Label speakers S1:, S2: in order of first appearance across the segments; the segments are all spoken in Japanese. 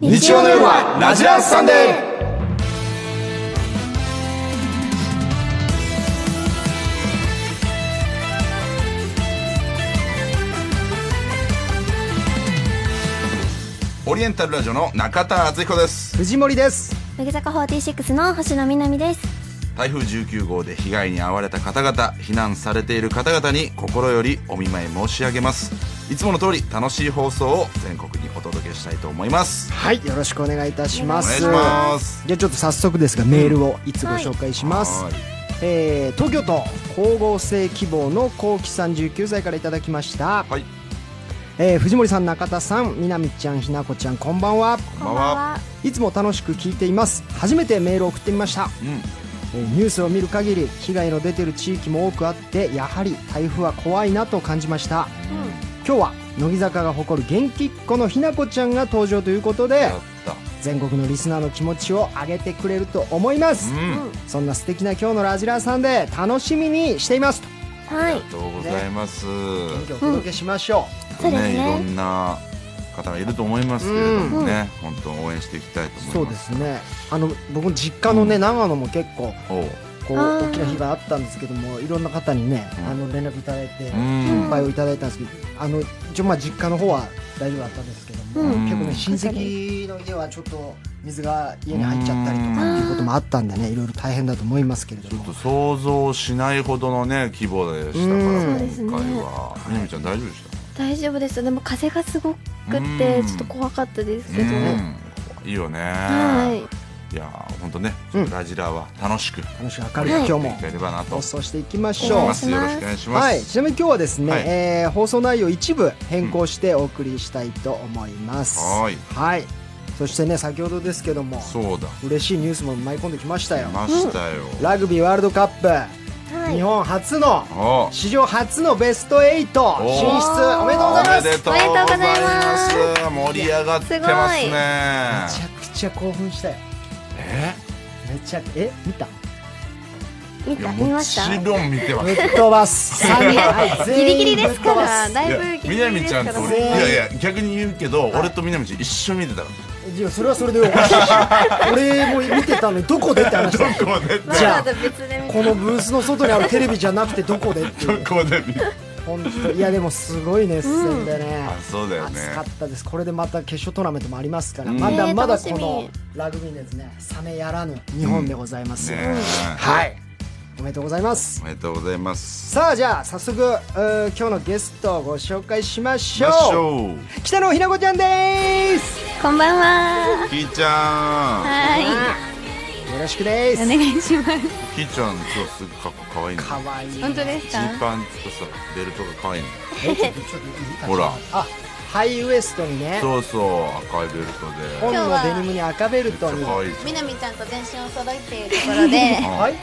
S1: 日曜の夜はラジランスサンデーオリエンタルラジオの中田敦彦です
S2: 藤森です
S3: 乃木坂46の星野みなみです
S1: 台風19号で被害に遭われた方々避難されている方々に心よりお見舞い申し上げますいつもの通り楽しい放送を全国にお届けしたいと思います
S2: はいよろしくお願いいたしま
S1: お願い
S2: す
S1: します
S2: じゃあちょっと早速ですがメールをいつご紹介します、
S1: はい
S2: えー東京都光合成希望の幸喜さん19歳からいただきました、
S1: はい
S2: えー藤森さん中田さんみなみちゃんひなこちゃんこんばんは
S1: こんばんは、
S2: いつも楽しく聞いています初めてメールを送ってみました
S1: うん、
S2: えーニュースを見る限り被害の出てる地域も多くあってやはり台風は怖いなと感じました今日は乃木坂が誇る元気っ子のひなこちゃんが登場ということで
S1: やった
S2: 全国のリスナーの気持ちを上げてくれると思います、
S1: うん
S2: そんな素敵な今日のラジラーさんで楽しみにしていますと
S3: は
S1: あ
S3: い
S1: りがとうございます、
S2: 元気をお届けしましょ
S3: そうです
S1: ね、
S3: ね
S1: いろんな方がいると思いますけれどもね、本当応援していきたいと
S2: う、
S1: 思います。
S2: そうですねあの僕の実家のね、長野も結構
S1: おう。
S2: こう
S3: あー
S2: 大きな被害あったんですけどもいろんな方にね、
S1: うん
S2: あの連絡いただいて、
S1: うん
S2: 心配をいただいたんですけどあの一応まあ実家の方は大丈夫だったんですけども、
S3: うん
S2: 結構ね親戚の家はちょっと水が家に入っちゃったりとかっていうこともあったんでねいろいろ大変だと思いますけれ
S1: ち
S2: ど
S1: ょっ
S2: も
S1: と想像しないほどのね規模でしたから、
S2: うん
S1: 今回は。みゆみちゃん大丈夫でした。
S3: 大丈夫ですでも風がすごく
S1: う
S3: て
S1: ん
S3: ちょっと怖かったですけど、
S1: うんいいよね。。
S3: はい
S1: やー本当ね、
S2: うん
S1: ラジラは楽しくや
S2: 楽しく明るい
S3: はい
S2: 今
S1: ってい
S2: 日
S1: け
S2: も
S1: ればなと
S2: 放
S1: 思
S2: 送していきまし
S1: い
S2: ょ
S1: ま
S2: う。
S1: す。よろしくお願いします。
S2: はい、ちなみに今日はですね、
S1: はい
S2: えー放送内容一部変更してお送りしたいと思います。
S1: うんはい
S2: はいそしてね先ほどですけども
S1: そうだ。
S2: 嬉しいニュースも舞い込んできましたよ
S1: 出。ましたよ。
S2: ラグビーワールドカップ、
S3: はい
S2: 日本初の
S1: おう
S2: 史上初のベスト8進出おめでとうございますめ
S1: おめでとうございます。盛り上がってますね。
S2: ちゃくちゃ興奮したよ
S1: え
S2: めちゃくえ見た
S3: 見
S1: い
S3: た
S1: や
S3: 見
S1: も
S3: まし
S1: ち
S3: た
S1: ろん見てます
S2: ぶっ飛ばす三人はい
S3: ギリギ
S2: 全
S3: リ
S2: 員ぶ
S3: で
S2: っ
S3: す
S2: 飛
S3: か
S2: ば
S3: らだ
S1: い
S3: い
S1: や
S3: ぶギリ
S1: み
S3: ギ
S1: な
S3: リ
S1: み
S3: で
S1: ち
S3: すか
S1: ゃん
S3: ら
S1: と
S3: もう
S1: 俺いやいや逆に言うけど、俺とみなみちゃん一緒に見てたの
S2: いやそれはそれでおかしいし 俺も見てたのにどこでって話だよ
S1: どこで
S3: わ
S2: じ
S3: ざ
S2: ゃあ
S3: わざ別で見た
S2: このブースの外にあるテレビじゃなくてどこでっていう
S1: どこで見
S2: 本当いやでもすごい熱戦でね、
S1: あそうだよね
S2: 熱かったですこれでまた決勝トーナメントもありますから、
S1: うん
S2: まだまだ
S3: ねえ
S2: この
S3: 楽
S2: ラグビーですね冷めやらぬ日本でございます、
S1: ねえ
S2: はいおめでとうございます
S1: おめでとうございます
S2: さあじゃあ早速うー今日のゲストをご紹介しましょう
S1: ましょう
S2: 北野ひなこちゃんです
S3: こんばんは
S1: きーちゃ
S3: はい
S2: よろしくで
S3: お
S2: す
S3: 願いします
S1: んきーちゃん今日すぐかっこかわいいね
S2: かわいい
S3: 本当です
S1: ジ
S3: か
S1: ーパンとさベルトがかわいいね
S2: えちょっとちょっといい
S1: ほら
S2: あハイウエストにね
S1: そうそう赤いベルト
S2: 本
S1: で
S2: のデニムに赤ベ
S1: め
S2: ル
S1: っちゃ
S2: トに
S1: かわいいじ、
S4: みなみちゃんと全身を揃えているところで
S1: ゃん
S2: は
S4: は
S2: い
S4: い、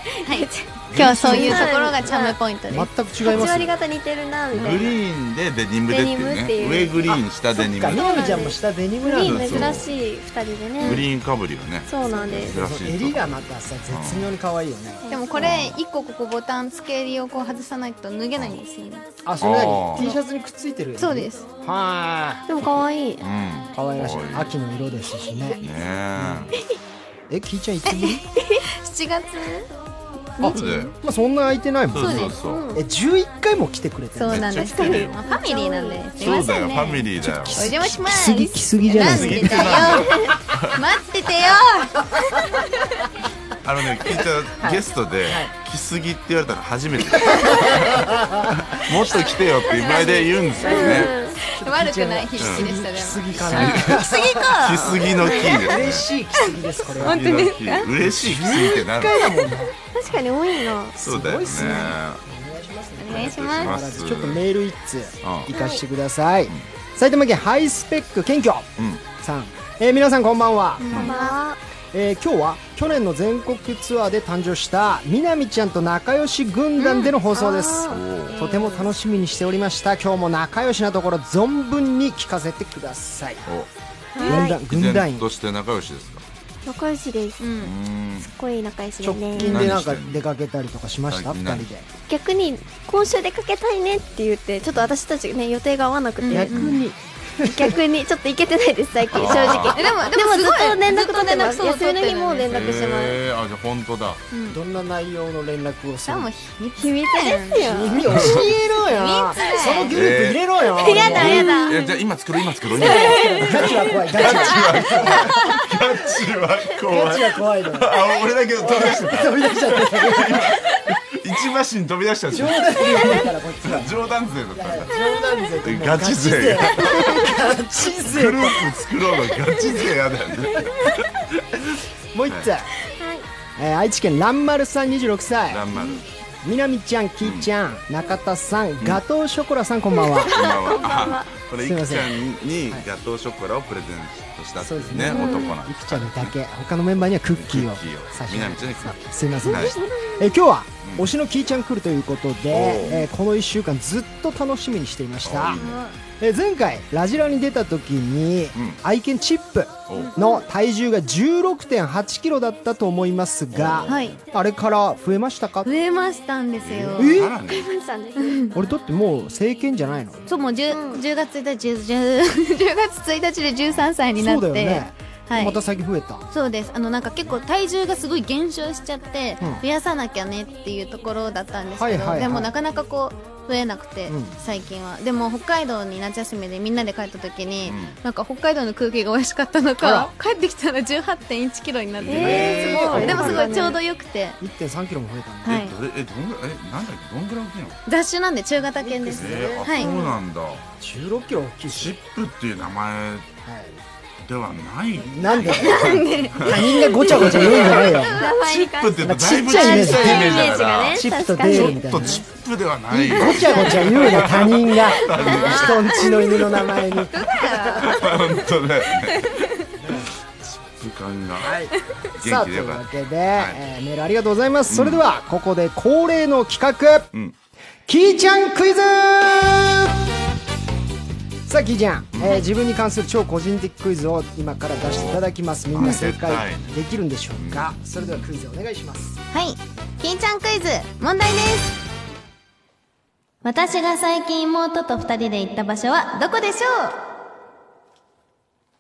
S4: 今日そういうところがチャームポイントです。
S2: 全く違い
S3: 8
S2: ます
S3: 割
S2: よ
S3: 方似てるなみた
S1: グ
S3: いな
S1: リーンでデニムでって
S3: デ
S1: いう
S3: ニム
S1: ね
S3: っていう
S1: 上グリーン下デニム
S2: かみ
S1: グ
S2: なみちゃんも下デニム
S3: グ
S2: な
S3: リ
S2: ん
S3: ー
S2: だ
S3: ン珍しい2人でね
S1: リーンかぶりがね
S3: そうなんです
S1: 珍
S2: その
S1: しい
S2: 襟がまたさ絶妙に可愛いよね、
S4: でもこれ一個ここボタン付け襟をこう外さないと脱げないんですよね。
S2: あそれなり
S1: あー
S2: T シャツにくっついてるよね
S4: そうです。
S2: は
S3: でも可愛い
S1: うん
S2: い可愛らしい
S1: かわいい
S2: 秋の色ですしね
S1: ね
S2: えキイちゃんいつぶり
S4: 7月
S1: えあで
S2: まあそんな空いてないも
S1: そ
S2: ん
S1: う
S2: ね
S1: そうそう
S2: え11回も来てくれてる
S4: そう
S2: ね
S4: なんです。
S1: めっちゃ来てるよ
S4: まあファミリーなんで。すい
S1: そ
S4: ま
S1: うだ
S4: せ
S1: よ
S4: ん
S1: フ
S4: ね。
S1: ァミリーだよ
S4: お邪魔します。
S2: 来すぎ来すぎじゃない
S4: んでだよ。待っててよ。
S1: あのね聞いたゲストで来すぎって言われたの初めてもっと来てよって前で言うんですよね
S4: 悪くない必死でした
S2: 来
S4: ですも。
S2: ぎかな
S1: 来すぎのキーで
S2: 嬉
S1: す
S2: しい来すぎですこれは
S1: ね嬉しい嬉しい来すぎってなる
S3: 確かに多いな
S1: そうだよね
S2: すごいっすね
S4: お願いします。
S2: まずちょっとメール一通
S1: う
S2: 行かしてください、埼玉県ハイスペック謙虚
S1: うん
S2: さん、えー皆さんこんばんは、
S3: こんばんは
S2: えー今日は去年の全国ツアーで誕生したみなみちゃんと仲良し軍団での放送です、とても楽しみにしておりました今日も仲良しなところ存分に聞かせてください軍団
S1: お依
S2: 軍団
S1: 然
S2: 員
S1: として仲良しですか
S3: 仲良しです
S4: うん
S1: う。ん
S3: すっごい仲良しで
S2: 直
S3: ね
S2: 近でなんか出かけたりとかしました
S1: 何
S2: 二
S1: してんの
S2: 人で
S3: 逆に今週出かけたいねって言ってちょっと私たちね予定が合わなくて、
S2: 逆に
S3: 逆にちょっといけてないです最近正直
S5: えでもで
S3: で
S5: も
S3: も
S5: す
S3: ずっ
S5: ごい
S3: と連絡取ってます
S5: ずっと連絡そう
S3: 休みの日も
S5: 取っ
S3: 連
S5: てるよね
S3: 絡してます
S1: えー、あじゃあ本当だ
S5: うん
S2: どんな内容の連絡をす
S5: じ
S2: る
S5: ゃあも
S2: の
S5: う秘密秘密です
S3: よ
S2: 君教えろよそのグループ入れろよ
S3: やだやだ
S1: いやじゃあ今作ろう今作ろう今作ろう
S2: ガチは怖いガチは
S1: キャッチは
S2: ガ
S1: 怖い
S2: チは怖いのよ
S1: あ俺だけど飛び出した
S2: 飛び出しち ゃって
S1: 一馬身飛び出したんです
S2: 冗
S1: よ
S2: 談言えないからこっちは
S1: 冗談勢だったんだ
S2: 冗談勢ともう
S1: ガチ勢
S2: ガチ
S1: グル
S2: 勢
S1: ープ作ろうのガチ勢やだよね
S2: もう一つえー愛知県蘭丸さん26歳
S1: ランマル
S2: みなみちゃんきーちゃん中田さんガトーショコラさんこんばんは
S1: こんばんはあこれい
S2: すい
S1: く
S2: ませ
S1: ち
S2: ん
S1: ゃんにガトーショコラをプレゼントしたって
S2: そう
S1: い
S2: です
S1: う
S2: ね
S1: ね男なん
S2: い
S1: です
S2: くちゃんにだけ他のメンバーにはクッキーを
S1: クッキーを
S2: 差し
S1: み
S2: 上
S1: な
S2: げ
S1: みちゃんにクッキ
S2: すいません
S1: は
S2: で
S1: い
S2: したえー今日は
S1: うん
S2: 推しのきーちゃん来るということで、
S1: おう
S2: えーこの1週間ずっと楽しみにしていました
S1: あいいね
S2: えー前回ラジラに出た時に、
S1: ん
S2: 愛犬チップ
S1: おう
S2: の体重が1 6 8キロだったと思いますが、
S5: はい
S2: あれから増えましたか
S5: 増えましたんですよ
S2: え
S1: さらに
S3: うんさんです
S2: 俺だってもう政権じゃないの
S5: そうもう 10, 10月1日10 10月1日で13歳にな
S2: そ
S5: っ
S2: うだ
S5: て
S2: よね、
S5: はい
S2: また最近増えた
S5: そうですあのなんか結構体重がすごい減少しちゃって、
S2: うん
S5: 増やさなきゃねっていうところだったんですけど、
S2: はいはいはい
S5: でもなかなかこう増えなくて、
S2: うん
S5: 最近はでも北海道に夏休みでみんなで帰った時に、
S1: うん
S5: なんか北海道の空気が美味しかったの
S2: あ
S5: から帰ってきたら1 8 1キロになってて、
S3: えーすごい
S5: でもすごいちょうどよくて
S2: 1 3キロも増えたんだ
S1: え
S5: はい
S1: どれえどんぐらいえなんだっけどんぐらい大きいの
S5: 雑種なんで中型犬です、
S1: えーあ
S5: はい
S1: そうなんだ
S2: 1 6キロ大きい
S1: シ
S2: し、
S1: ップっていう名前ではない
S2: なんで他人がごちゃごちゃ言うんじゃないよ
S1: チップって言うとだい
S2: ちっ
S1: ぶ
S2: ちゃいイメー
S1: 小
S2: ジ
S1: さいイメージだから
S3: ね
S2: チップとデールみ
S1: ちょ
S2: たいな
S1: っと
S2: ね
S1: チップではない
S2: ごちゃごちゃ言うな他人が人んちの犬の名 前にはい
S1: 本当だよ ねチップ感が
S2: さ
S1: 元
S2: あと
S1: 気で
S2: い
S1: よ
S2: う
S1: か
S2: わ
S1: った
S2: けで、えーメールありがとうございます、それではここで恒例の企画、
S1: うん
S2: キーちゃんクイズさあキーちゃん、えー自分に関する超個人的クイズを今から出していただきますみんな正
S1: あ
S2: 解
S1: りが
S2: できるんでしょうか、それではクイズお願いします
S5: はい。キンちゃんクイズ、問題です。私が最近妹と二人で行った場所はどこでし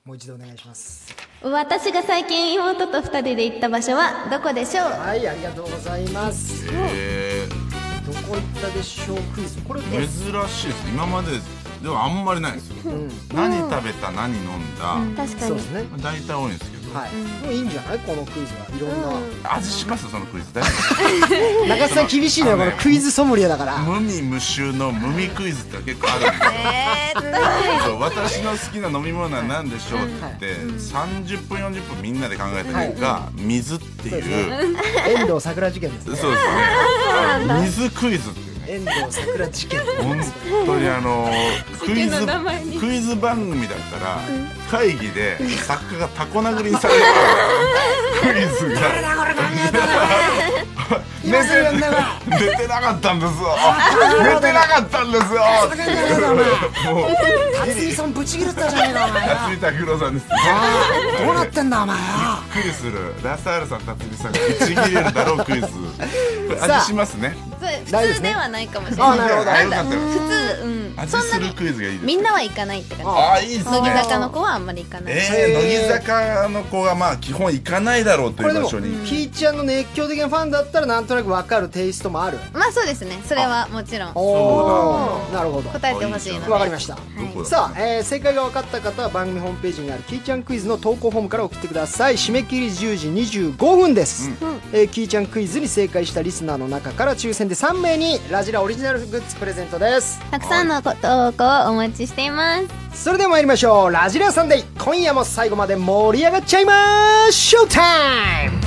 S2: もう一度お願いします
S5: ょう私が最近妹と二人で行った場所はどこでしょう
S2: はいありがとうございます
S1: え
S2: どこ行ったでしょうクイズこれ
S1: ー珍しいです今までではあんまりないですよ何食べた何飲んだ
S3: 確か
S2: そ
S3: に
S2: うですね
S1: まあ大体多いんですけど
S2: はい、もういいんじゃないこのクイズはいろんな、
S1: 味しますそのクイズ 大丈
S2: 中津さん厳しいのよこのクイズソムリエだから
S1: 夫無味無臭の無味クイズって結構あるんですよ そう私の好きな飲み物は何でしょうって言って30分40分みんなで考えた結果水って
S2: そうです
S1: いう
S2: 遠藤桜事件です
S1: そう
S2: ね
S1: ですね水クイズっていうね
S2: 遠藤桜事 件
S1: 本当にあのクイズクイズ番組だったら会議で作家がタコ殴りにされるからクイズが
S2: 今すぐやんなら
S1: 出てなかったんですよ出てなかったんですよもう
S2: 辰巳さんぶち切れてたじゃねえかお前よ
S1: 安井拓郎さんです
S2: どうなってんだお前よ
S1: びっくりするラサールさん辰巳さんが打ち切れるだろうクイズこれ
S2: さあ
S1: 味しますね
S2: 大丈夫で
S5: 普
S2: す
S5: 通
S2: ね
S5: ではないかもしれ
S2: あ
S5: ない。
S2: なるほど
S1: あよかったよ
S5: 普通、うん。
S1: 味
S5: そんな
S1: する
S5: に、
S1: クイズがいいです
S5: みんなは行かないって感じ。
S1: ああいいです
S5: 乃木
S1: ね
S5: 坂の子はあんまり行かない。
S1: え
S2: へ
S1: ー、乃
S2: ー
S1: 木坂の子がまあ基本行かないだろうと
S2: これ
S1: いう
S2: で
S1: 場
S2: も
S1: 所に
S2: キーちゃんの熱狂的なファンだったらなんとなくわかるテイストもある
S5: まあそうですね。それはもちろん。
S2: おーなるほど
S5: 答えてほしいので。
S2: わかりました
S1: どこだ
S2: さあ、えー正解が分かった方は番組ホームページにあるキーちゃんクイズの投稿フォームから送ってください締め切り10時25分です、えーキーちゃんクイズに正解したリスナーの中から抽選で3名にラジラオリジナルグッズプレゼントです
S5: たくさんのご投稿をお待ちしています。
S2: それでは参りましょうラジラサンデー今夜も最後まで盛り上がっちゃいまーショータイム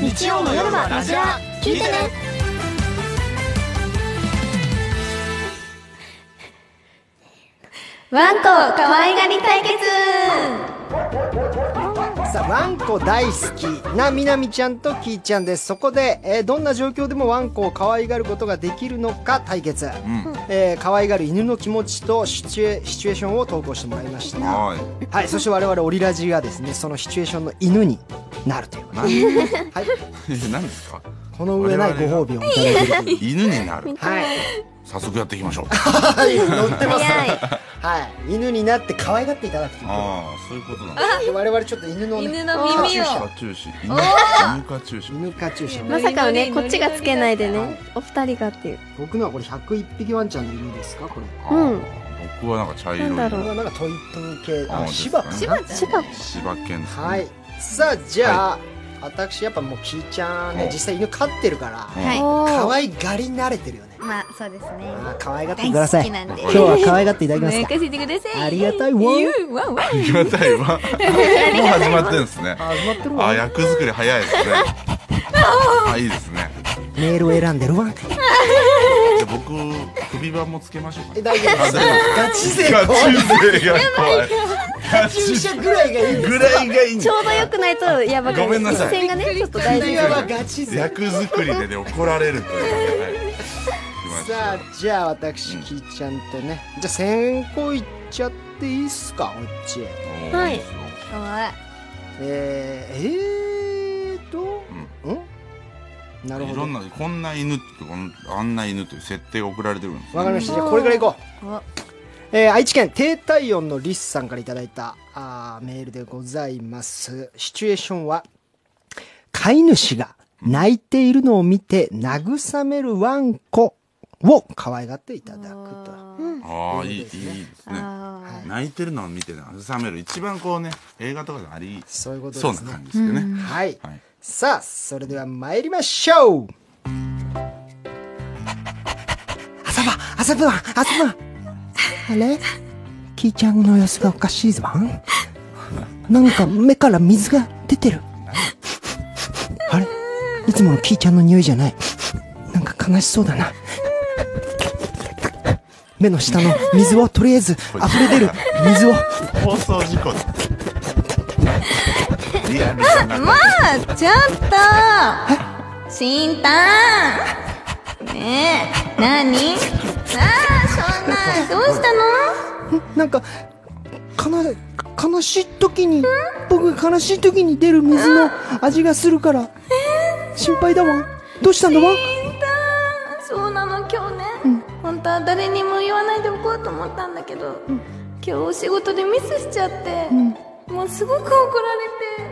S3: 日曜の夜はラジラ聞いてね
S5: ワンコ可愛がり対決
S2: さあワンコ大好きなみなみちゃんときーちゃんですそこで、えーどんな状況でもワンコを可愛がることができるのか対決、えー可愛がる犬の気持ちとシチュエシチュエーションを投稿してもらいました
S1: は
S2: はいそして我々オリラジがですねそのシチュエーションの犬になるというこ
S1: い何
S2: とはい
S1: 何ですか
S2: この上ないご褒美をいただけるという
S1: 犬にな る
S2: はい
S1: 早速やっていきましょう
S2: はい乗ってます
S4: 早い
S2: はい犬になって可愛がっていただくというこ
S1: ああそういうことなん
S2: とで我々ちょっと犬のね
S5: 犬の耳を
S1: カチューシ犬カチューシ
S2: 犬カチューシャ
S5: う
S2: を
S5: ん
S2: ね
S6: まさかのねこっちがつけないでねお二人がっていう
S2: 僕のはこれ101匹ワンちゃんの犬ですかこれ
S1: あー僕はなんか茶色い
S6: なんだろ
S2: 僕はなんかトイプー系
S1: あ
S2: あ
S1: ー
S2: 芝
S1: です
S2: か
S1: ね
S2: な
S6: 芝
S1: 柴犬ですね
S2: はいさあじゃあ私やっぱもうキーちゃんね
S1: お
S2: 実際犬飼ってるから
S4: はい
S2: 可愛がり慣れてるよね
S4: まあそうですね
S2: あー可愛がって
S4: 大
S2: くださ
S4: 好
S2: い
S4: き
S2: 今
S4: なんで
S2: 日は可愛がっていただきます
S5: 任
S2: か
S5: せてください
S2: ありがたいわ
S5: ゆうわんわん
S1: ありがたいわもう始まってん ですね
S2: あー埋まってる
S1: あ
S2: わ
S1: 役作り早いです ねあいいですね
S2: メールを選んでるわ
S1: じゃあ僕首輪もつけましょうか
S2: え大丈夫です
S1: あ大丈
S2: ガチ勢
S1: ガチ勢が怖いガ
S2: ガチ
S1: チ
S2: ューシャぐらいがいい
S1: ぐらいがいいんだ
S6: ちょうど良くないとやばか
S1: ごめんなさい
S6: 線がねちょっと大事
S2: 首輪はガチ勢
S1: 役作りでね怒られるというねはい来ました
S2: さあじゃあ私
S1: うん
S2: キーちゃんとねじゃあ先行いっちゃっていいっすかこっちへ
S1: おー
S6: はい
S1: ですよ
S2: えー、えーと、うん、なる
S1: い
S2: ほ
S1: ろ
S2: ど
S1: んなこんな犬ってこんあんな犬という設定が送られてくるんですね
S2: わかりましたじゃあこれからいこうえー愛知県低体温のリスさんからいただいたあーメールでございますシチュエーションは飼い主が泣いているのを見て慰めるワンコを可愛がっていただくと
S1: ああいいいい
S2: いい
S1: で
S2: ですすね
S1: ね泣いてるのを見て慰める一番こうね映画とかであり
S2: そういうことです
S1: そう
S2: ね
S1: な感じですよね
S2: はい、
S1: はい
S2: さあそれでは参りましょう朝晩朝晩朝晩あれキーちゃんの様子がおかしいぞなんか目から水が出てるあれいつものキーちゃんの匂いじゃないなんか悲しそうだな目の下の水をとりあえず溢れ出る水を
S1: 放送事故だリアルだな
S4: まあちょっとしんたんねえ何ああそんなどうしたの
S2: なんか、かな、悲しい時に、僕が悲しい時に出る水の味がするから、心配だわ。どうしたんだわ
S4: そうなの今日ね、本当は誰にも言わないでおこうと思ったんだけど、今日お仕事でミスしちゃって、もうすごく怒られ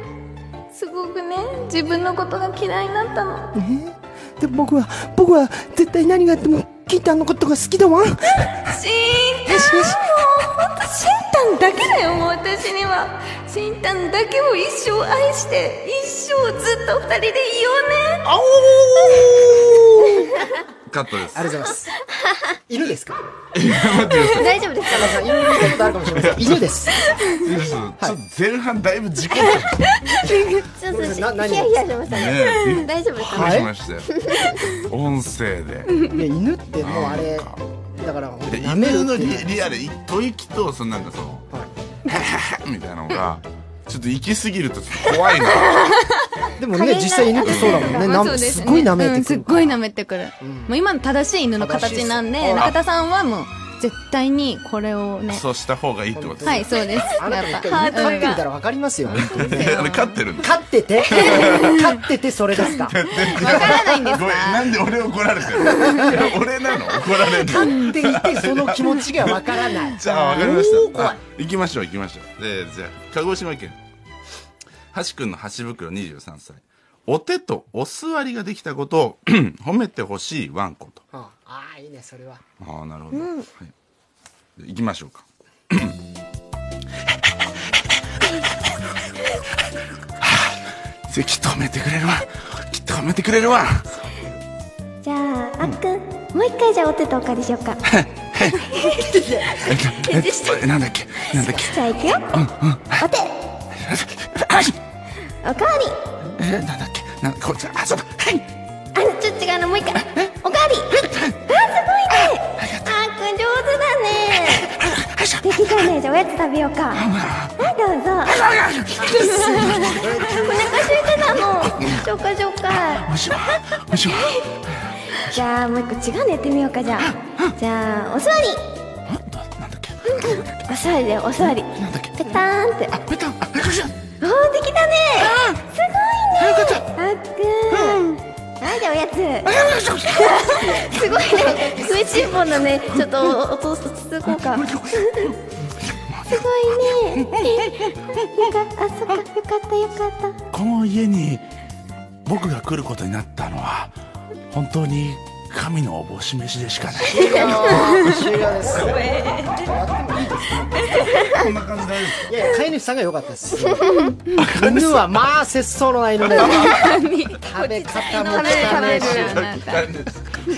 S4: てすごくね自分のことが嫌いになったの
S2: で、僕は、僕は絶対何があっても、キータンのことが好きだわ。
S4: しんたんもうほんとしんたんだけだよもう私にはしんたんだけを一生愛して一生ずっと二人でいようね
S1: カットです
S2: ありがとうございます。犬ですか
S6: 大丈夫ですか
S2: 犬のことあるかもしれません。犬です。
S1: ちょっとちょっと前半だいぶ事故ってま
S6: ちょっと
S2: ごめんなさい
S6: ヒ
S2: な何
S6: ヤヒヤしましたね
S1: ね びっ
S6: 大丈夫ですか
S1: くりしましたよ音声で
S2: いや、犬ってもうあれ、だから、
S1: で
S2: 舐め
S1: 犬
S2: る
S1: の
S2: って
S1: リ
S2: いう。
S1: リアルい吐息とそのなんかその
S2: は
S1: 「みたいなのがちょっと行き過ぎるとちょっと怖い な
S2: でもね、実際犬ってそうだもんね。
S5: まあ
S2: な
S5: そうです
S2: ごい舐めてくる。
S5: うんすっごい舐めてくる、もう今の正しい犬の形なん
S2: 正しいっ
S5: です中田さんはもう絶対にこれをね
S1: そうした方がいいってことです
S5: はいそうです
S2: あなた
S5: や
S2: 一
S5: っぱ
S2: 回犬飼ってみたらわかりますよ。
S1: ねあれ飼ってるんです
S2: 飼って て飼っててそれですか飼
S5: わからないんです
S1: ごめんなんで俺怒られてるの俺なの怒ら れるの
S2: っていてその気持ちがわから ない
S1: じゃあわかりました
S2: おー怖い
S1: あ行きましょう行きましょうでじゃあ鹿児島県橋くんの橋袋23歳お手とお座りができたことを 褒めてほしいワンコと
S2: うんああいいねそれは
S1: ああなるほど、はいで行きましょうか きっと褒めてくれるわきっと褒めてくれるわ
S3: じゃああっくんもう一回じゃあお手とお借りしようか
S1: えなんだっけなんだっけ
S3: じゃあいくよ、お手おかわり
S1: えなんだっけなんこっちあそうだはい
S3: あのちょっと違うのもう一回おかわりあすごいねあーくん上手だねできたねじゃあおやつ食べようかはいどうぞ お腹空いてたの紹介紹介
S1: おいしょおいしょ
S3: じゃあもう一個違うのやってみようかじゃあじゃあお座り
S1: なんだっけ
S3: お座りだよお座り
S1: なんだっけ
S3: ペターンって
S1: あペタンあペタン
S3: おーできたねすごいねあっくんあないでおやつ
S6: すごいね食いしん坊なねちょっと音続こうか
S3: すごいねよかったあそっかよかったよかった
S1: この家に僕が来ることになったのは本当に神のおぼし飯でしかない
S2: 終了です。 やってもいいですか
S1: こんな感じ大丈
S2: いやいや飼い主さんが良かったです。犬はまあ節操のない犬で食べ方も汚いし。
S1: 夫ですか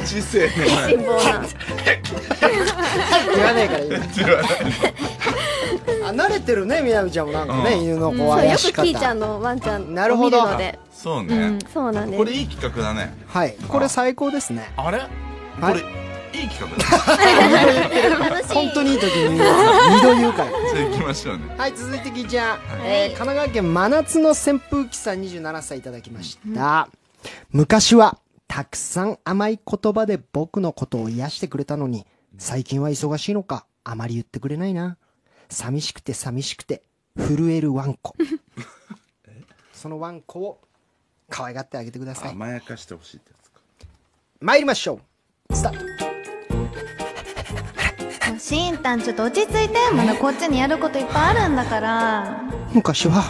S1: 知性のない
S6: 貧乏な
S2: 言わないから今。あ慣れてるねみなみちゃんもなんかね、
S1: うん
S2: 犬のこう
S6: そうよ
S2: 怪
S6: く
S2: し
S6: キーちゃ
S2: 方。
S6: んのワンちゃん
S2: なるほ
S6: を見
S2: ど
S6: るので
S1: そうね、
S6: そうなんです
S1: これいい企画だね
S2: はいこれ最高ですね。
S1: あれこ
S2: はい
S1: れいい企画だね
S2: 本当にいい時に言うやつ二度言うから。
S1: じゃあ行きましょうね
S2: はい続いてキーちゃん、えー神奈川県真夏の扇風機さん27歳いただきました、昔はたくさん甘い言葉で僕のことを癒してくれたのに最近は忙しいのかあまり言ってくれないな寂しくて寂しくて震えるワン コそのワンコを可愛がってあげてください
S1: 甘やかしてほしいってやつか
S2: 参りましょうスタート
S5: しんたんちょっと落ち着いてまだこっちにやることいっぱいあるんだから
S2: 昔は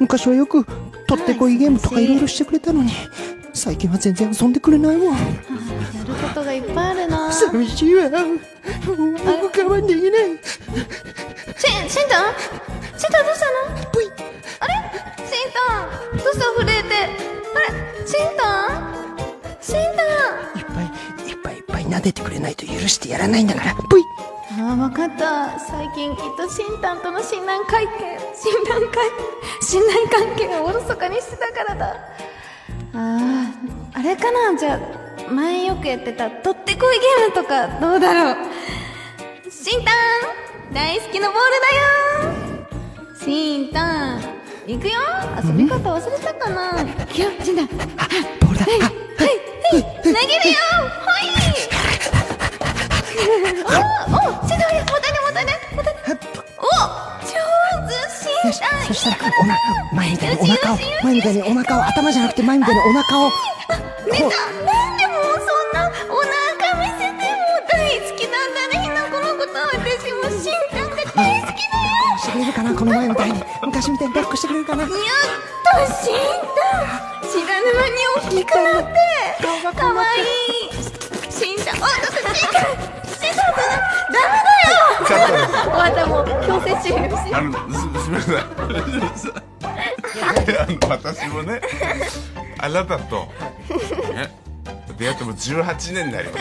S2: 昔はよく取ってこいゲームとかいろいろしてくれたのに最近は全然遊んでくれないもん
S5: やることがいっぱいあるなしん
S2: 寂しいわ僕我慢できない
S5: しんたんしんたんどうしたの
S2: ぷい
S5: あれしんたんどうした震えてあれしんたんしんた
S2: いっぱいいっぱいいっぱい撫でてくれないと許してやらないんだからぷい
S5: んあーわかった最近きっとしんたんとの信頼関係信頼関係 信頼関係をおろそかにしてたからだあーあれかなじゃあ前よくやってたとってこいゲームとかどうだろうしんたん大好きなボールだよしんたん行くよ遊び方忘れたかな行くよしんたん
S2: ボールだあ
S5: はい、はい、投げるよはいおお、ちょっと待って、もたね、もたね、もたねお上手しん
S2: そしたらお腹前みたいにお腹を前みたいにお腹を頭じゃなくて前みたいにお腹を
S5: 出たなんでもうそんなお腹見せても大好きなんだね、ひなこのこと私もしんたんが大好きだよ
S2: してくれるかなこの前みたいに昔みたいに抱っこしてくれるかな
S5: やったしんたん知らぬ間に大きくなってかわいいしんたんあ、ちょっとしんたんしんたんダメだよ
S6: 終わったもう強制終了し
S1: あのすすみませんあの 私もねあなたと、ね、出会ってもう18年になりま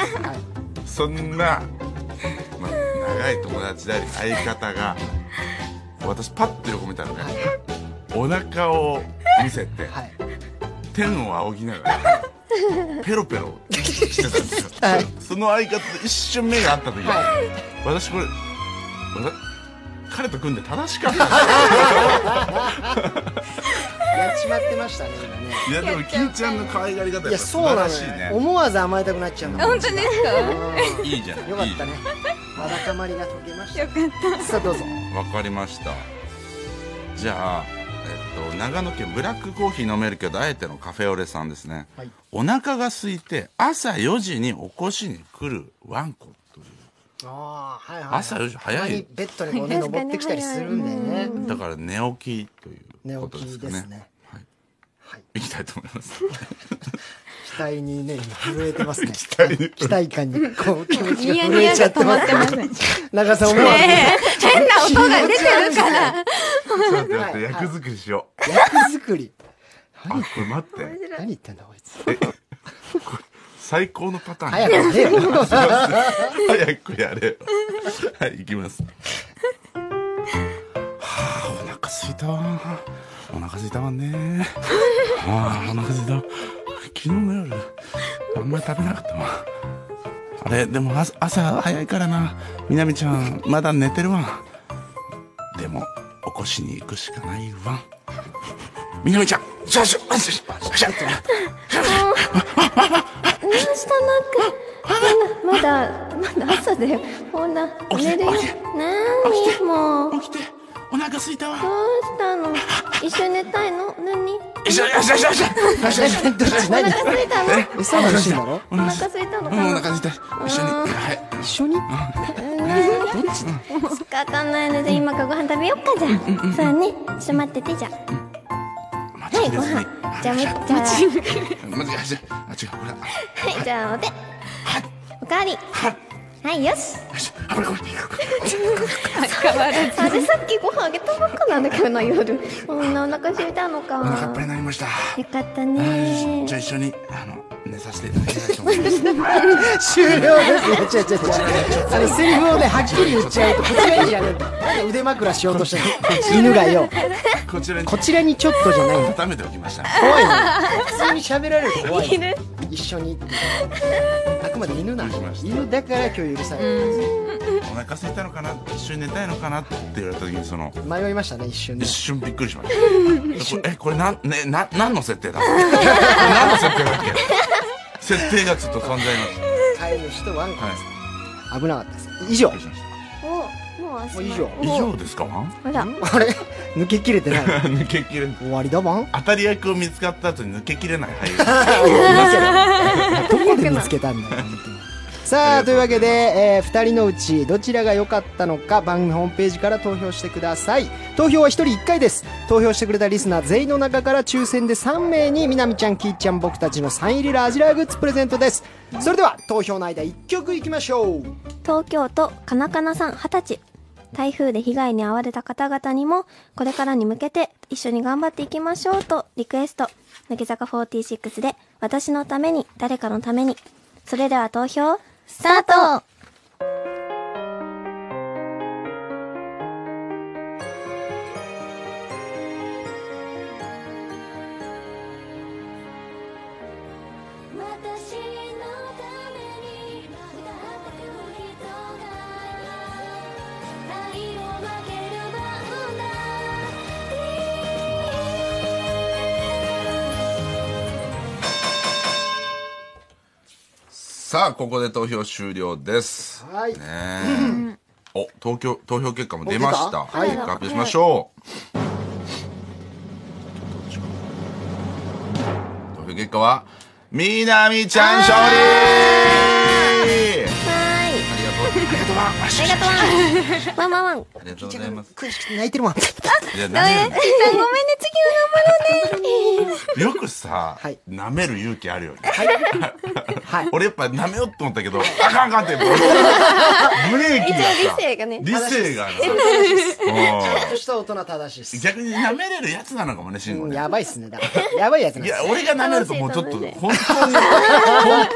S1: すそんな、まあ、長い友達であり相方が私パッと横見たらねお腹を見せて、
S2: はい
S1: 天を仰ぎながらペロペロしてたんですよ、
S2: はい
S1: その相方と一瞬目が合った時に、
S2: は
S1: 私これわた彼と組んで正しかった
S2: やっちまってましたね今ね
S1: いやでも金ちゃんの可愛がり方
S2: いや
S1: や
S2: そ
S1: 素
S2: うな
S1: 晴ら
S2: の
S1: し
S2: よ
S1: いね
S2: 思わず甘えたくなっちゃうのよ
S5: 本当ですか
S1: いいじゃん
S2: かったねわだかまりが解けましたよかったさあどうぞ
S1: わかりましたじゃあえっと長野県ブラックコーヒー飲めるけどあえてのカフェオレさんですね、
S2: はい
S1: お腹が空いて朝4時に起こしに来るワンコという
S2: ああはいはい、はい、
S1: 朝4時早い
S2: たまにベッドにこうね登ってきたりするんだよね
S1: だから寝起きとい
S2: 寝
S1: うこ
S2: 起き
S1: とで
S2: ですす
S1: か
S2: ね
S1: ねいきたいと思い ます
S2: 期待にね今震えてます ね期
S1: 待に
S2: 感にこう気持ちが
S5: ニヤ
S2: 震
S5: ニ
S2: え
S5: ヤ
S2: ちゃっ
S5: が
S2: て
S5: 止
S2: ま
S5: ま
S2: す
S5: ってますね
S2: 長さん思わず
S5: 変な音が出てるから
S2: ら
S1: ちょっと待って役作りしよう
S2: 役作り
S1: あこれ待って
S2: 何言ってんだこいつ
S1: 最高のパターン
S2: 早くね
S1: 早くやれよはい行きますはあお腹すいたわお腹すいたわねああお腹すいた昨日の夜あんまり食べなかったわあれでも朝朝早いからなみなみちゃんまだ寝てるわでも起こしに行くしかないわみなみちゃん少々お待ちしょ
S6: どうしたなんかまだまだ朝だよほら寝るよ
S1: 起きて
S6: 何もう
S1: 起きてお腹すいたわ
S6: どうしたの一緒に寝たいの何
S1: よしよしよしよしよしよしよし
S2: どっち
S6: お
S2: 何
S6: 腹すいたの
S2: 餌のシーンだろ
S1: お
S6: お
S1: 腹すい
S6: 腹すいたの
S1: た
S6: か
S1: もうお
S6: な
S1: 腹すいた一緒にはい
S2: 一緒に
S6: 仕方ないので今からご飯食べよっかじゃあそうだねちょっと待っててじゃあ
S1: 待
S6: は
S1: ち
S6: い
S1: きれ
S6: ご
S1: ず
S6: 飯
S1: に
S6: じゃあもうじゃ
S1: 間
S6: あ
S1: 違えたあ違うこれあ
S6: はいじゃあお手おかわりはいよ
S1: よ
S6: し
S1: しあこれこれ
S6: あれさっきご飯あげたばっかなんだけどな夜みんなお腹空いたのか
S1: お腹いっぱいになりました
S6: よかった
S1: はい
S6: ね
S1: じゃあ一緒にあの寝させていただきたいと思います
S2: 終了ですね違う違う違うあのセリフをねはっきり言っちゃうとこちらにじゃねえんだなんで腕枕しようとしてる犬がよ
S1: こちらに
S2: こちらにちょっとじゃないんだ
S1: 温めておきました
S2: 怖いね普通に喋られると怖いね一緒にってあくまで犬なんだ
S1: しました
S2: 犬だから今日許される
S1: お腹空いたのかな一緒に寝たいのかなって言われた時にその
S2: 迷いましたね一瞬ね
S1: 一瞬びっくりしましたこれえこれなんねな何の設定だこれ何の設定だっけ設定がちょっと飛んじゃいました
S2: 飼い主とワンコ
S1: はい
S2: 危なかったです以上
S1: びっくりしまし
S6: おもう
S2: もう以上
S1: た以上ですか
S6: ほら
S2: あれ 抜けきれてない
S1: 抜けきれん
S2: 終わりだワン
S1: 当たり役を見つかった後に抜けきれない俳優
S2: どこで見つけたんだよ本当にさあというわけで、え2人のうちどちらが良かったのか番組ホームページから投票してください投票は1人1回です投票してくれたリスナー全員の中から抽選で3名にみなみちゃんきいちゃん僕たちのサイン入りラジラーグッズプレゼントですそれでは投票の間1曲いきましょう
S6: 東京都かなかなさん二十歳台風で被害に遭われた方々にもこれからに向けて一緒に頑張っていきましょうとリクエスト乃木坂46で私のために誰かのためにそれでは投票スタート
S3: 私のために歌ってる人がいる愛を負ける番だ
S1: さあここで投票終了です
S2: はい
S1: ねえお投票投票結果も出ました
S2: お出たはい
S1: 結果発表しましょう投票結果はみなみちゃん勝利
S6: は
S1: ありがとう
S6: ーいワンワンワン
S1: ありがとうございます
S2: 悔しくて泣いてるワン
S1: いや舐める
S6: ごめんね次頑張ろうね
S1: よくさ、
S2: はい
S1: 舐める勇気あるよね。
S2: はい
S1: 俺やっぱ舐めようと思ったけど、あかんあかんって、ブレーキがさ
S6: 理性がね
S1: 理性がね。
S2: そした大人正し
S1: う
S2: い
S1: ん
S2: です
S1: 逆に舐めれるやつなのかもね、慎吾
S2: うん
S1: ね。
S2: やばいっすねだからやばいやつなん
S1: い
S2: です
S1: や、俺が舐めるともうちょっと、本当に、本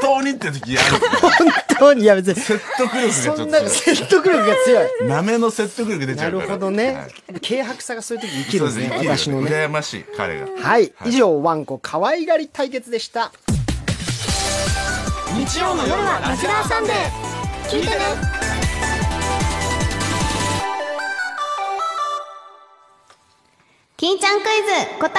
S1: 当にって時ある。
S2: 本当にやめて
S1: 説得力が
S2: そ
S1: ちょ
S2: ん
S1: っ
S2: な
S1: と。
S2: 説得力が強い
S1: 舐めの説得力出ちゃ
S2: な
S1: うか
S2: る
S1: ら。
S2: ほど
S1: は
S2: ね
S1: い。
S2: 軽薄さがそういう時生き
S1: そ
S2: る
S1: うんです
S2: です
S1: ね
S2: ね、。
S1: 生き
S2: 私
S1: る
S2: のね。
S1: 羨ましい、彼が。
S2: はい、以上、ワンコ可愛がり対決でした。
S1: 日曜の夜はラジラーサンデー。聞いてね。
S3: キーちゃんクイズ答え合わ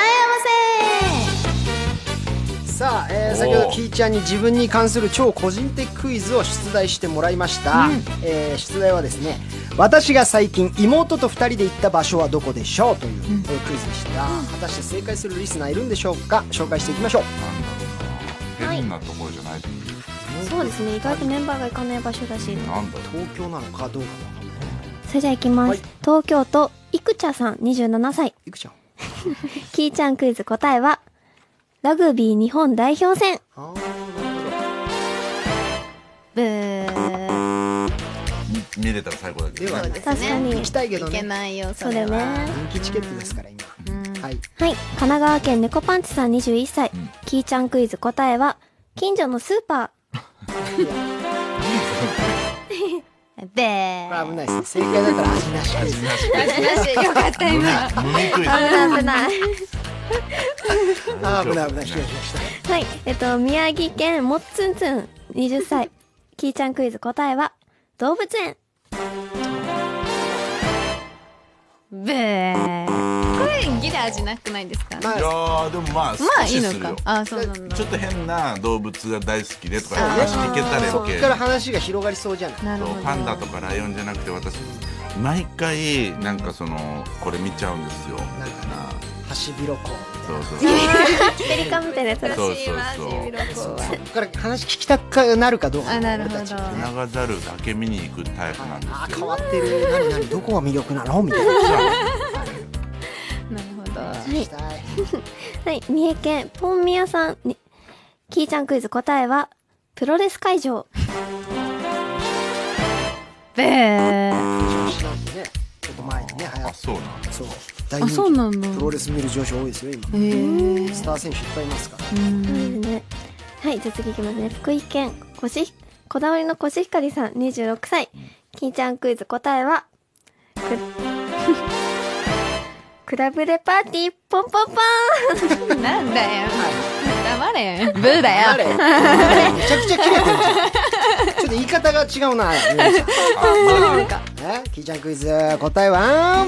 S2: さあ、えー
S1: おー
S2: 先ほどキイちゃんに自分に関する超個人的クイズを出題してもらいました。えー出題はですね、私が最近妹と二人で行った場所はどこでしょうというえークイズでした。果たして正解するリスナーいるんでしょうか紹介していきましょう。
S1: 変なところじゃないと思
S6: そうですね意外とメンバーが行かない場所だし
S1: う。なんだろう。
S2: 東京なのかどうかわかんない。
S6: それじゃあ行きます、
S2: はい
S6: 東京都いくちゃさん27歳
S2: いくちゃん。
S6: キーちゃんクイズ答えは、ラグビー日本代表戦。
S2: あーなるほど
S5: ブー
S1: 見れたら最高だけ
S2: で
S1: ど
S2: は
S1: ね。
S5: です
S6: 確かに
S2: 行きたいけど
S5: いけ
S2: ね。
S5: ないよそ
S6: そうだ
S5: れ
S6: よ
S5: は
S6: ね。
S2: 人気チケットですから今。はい。
S6: はい。神奈川県猫パンチさん21歳。キーちゃんクイズ答えは、近所のスーパ
S5: ブー
S2: まあ危ないですね。正解だったら味なしクイズ。
S5: よ かった
S1: 無理くい
S6: ー。危ない危ない。
S2: あー危ない危ない失礼しました
S6: はい。えっと、宮城県もっつんつん20歳。 キーちゃんクイズ答えは、動物園。
S5: ブーこれギリ味なくないですかま
S1: いやーでもまあ少
S5: あい
S1: し
S5: い
S1: する
S5: の
S1: よ、
S5: かあそうなんだ
S1: ちょっと変な動物が大好きでとかいう話聞けたら
S2: そ
S1: OK
S2: っから話が広がりそうじゃない
S5: なる
S1: そ
S5: ほど
S1: うパンダとかライオンじゃなくて私毎回なんかそのこれ見ちゃうんですよみたい
S2: なんかねハシビロコウみ
S1: そうそう
S6: ペリカンみたいなやつだ
S1: そうそうそう
S2: ここから話聞きたくなるかどうか
S5: あなるほど
S2: 俺たちってね
S1: 長ザルだけ見に行くタイプなんです
S2: あ変わってる何何どこが魅力なのみたいな
S5: なるほど
S2: したい
S6: はい、三重県ポンミヤさんに、キーちゃんクイズ答えは、プロレス会場。
S5: べー
S2: 女子なんでねちょっと前にね流行
S1: あ
S2: っ
S1: そうなん
S2: たそう大
S5: あそうな
S2: 人
S5: んだ
S2: 気プロレス見る女子多いですよ今
S5: えー
S2: スター選手いっぱいいますから
S6: そうですね。はい、じゃあ次いきますね。福井県、コシヒこだわりのコシヒカリさん、26歳。キーちゃんクイズ答えは、 く、クラブでパーティー、ポンポンポン
S5: なんだよ黙れブーだよ
S2: あれめちゃくちゃ切れてるじゃんちょっと言い方が違うなゆめちゃん
S1: あ
S2: ねキーちゃんクイズ答えは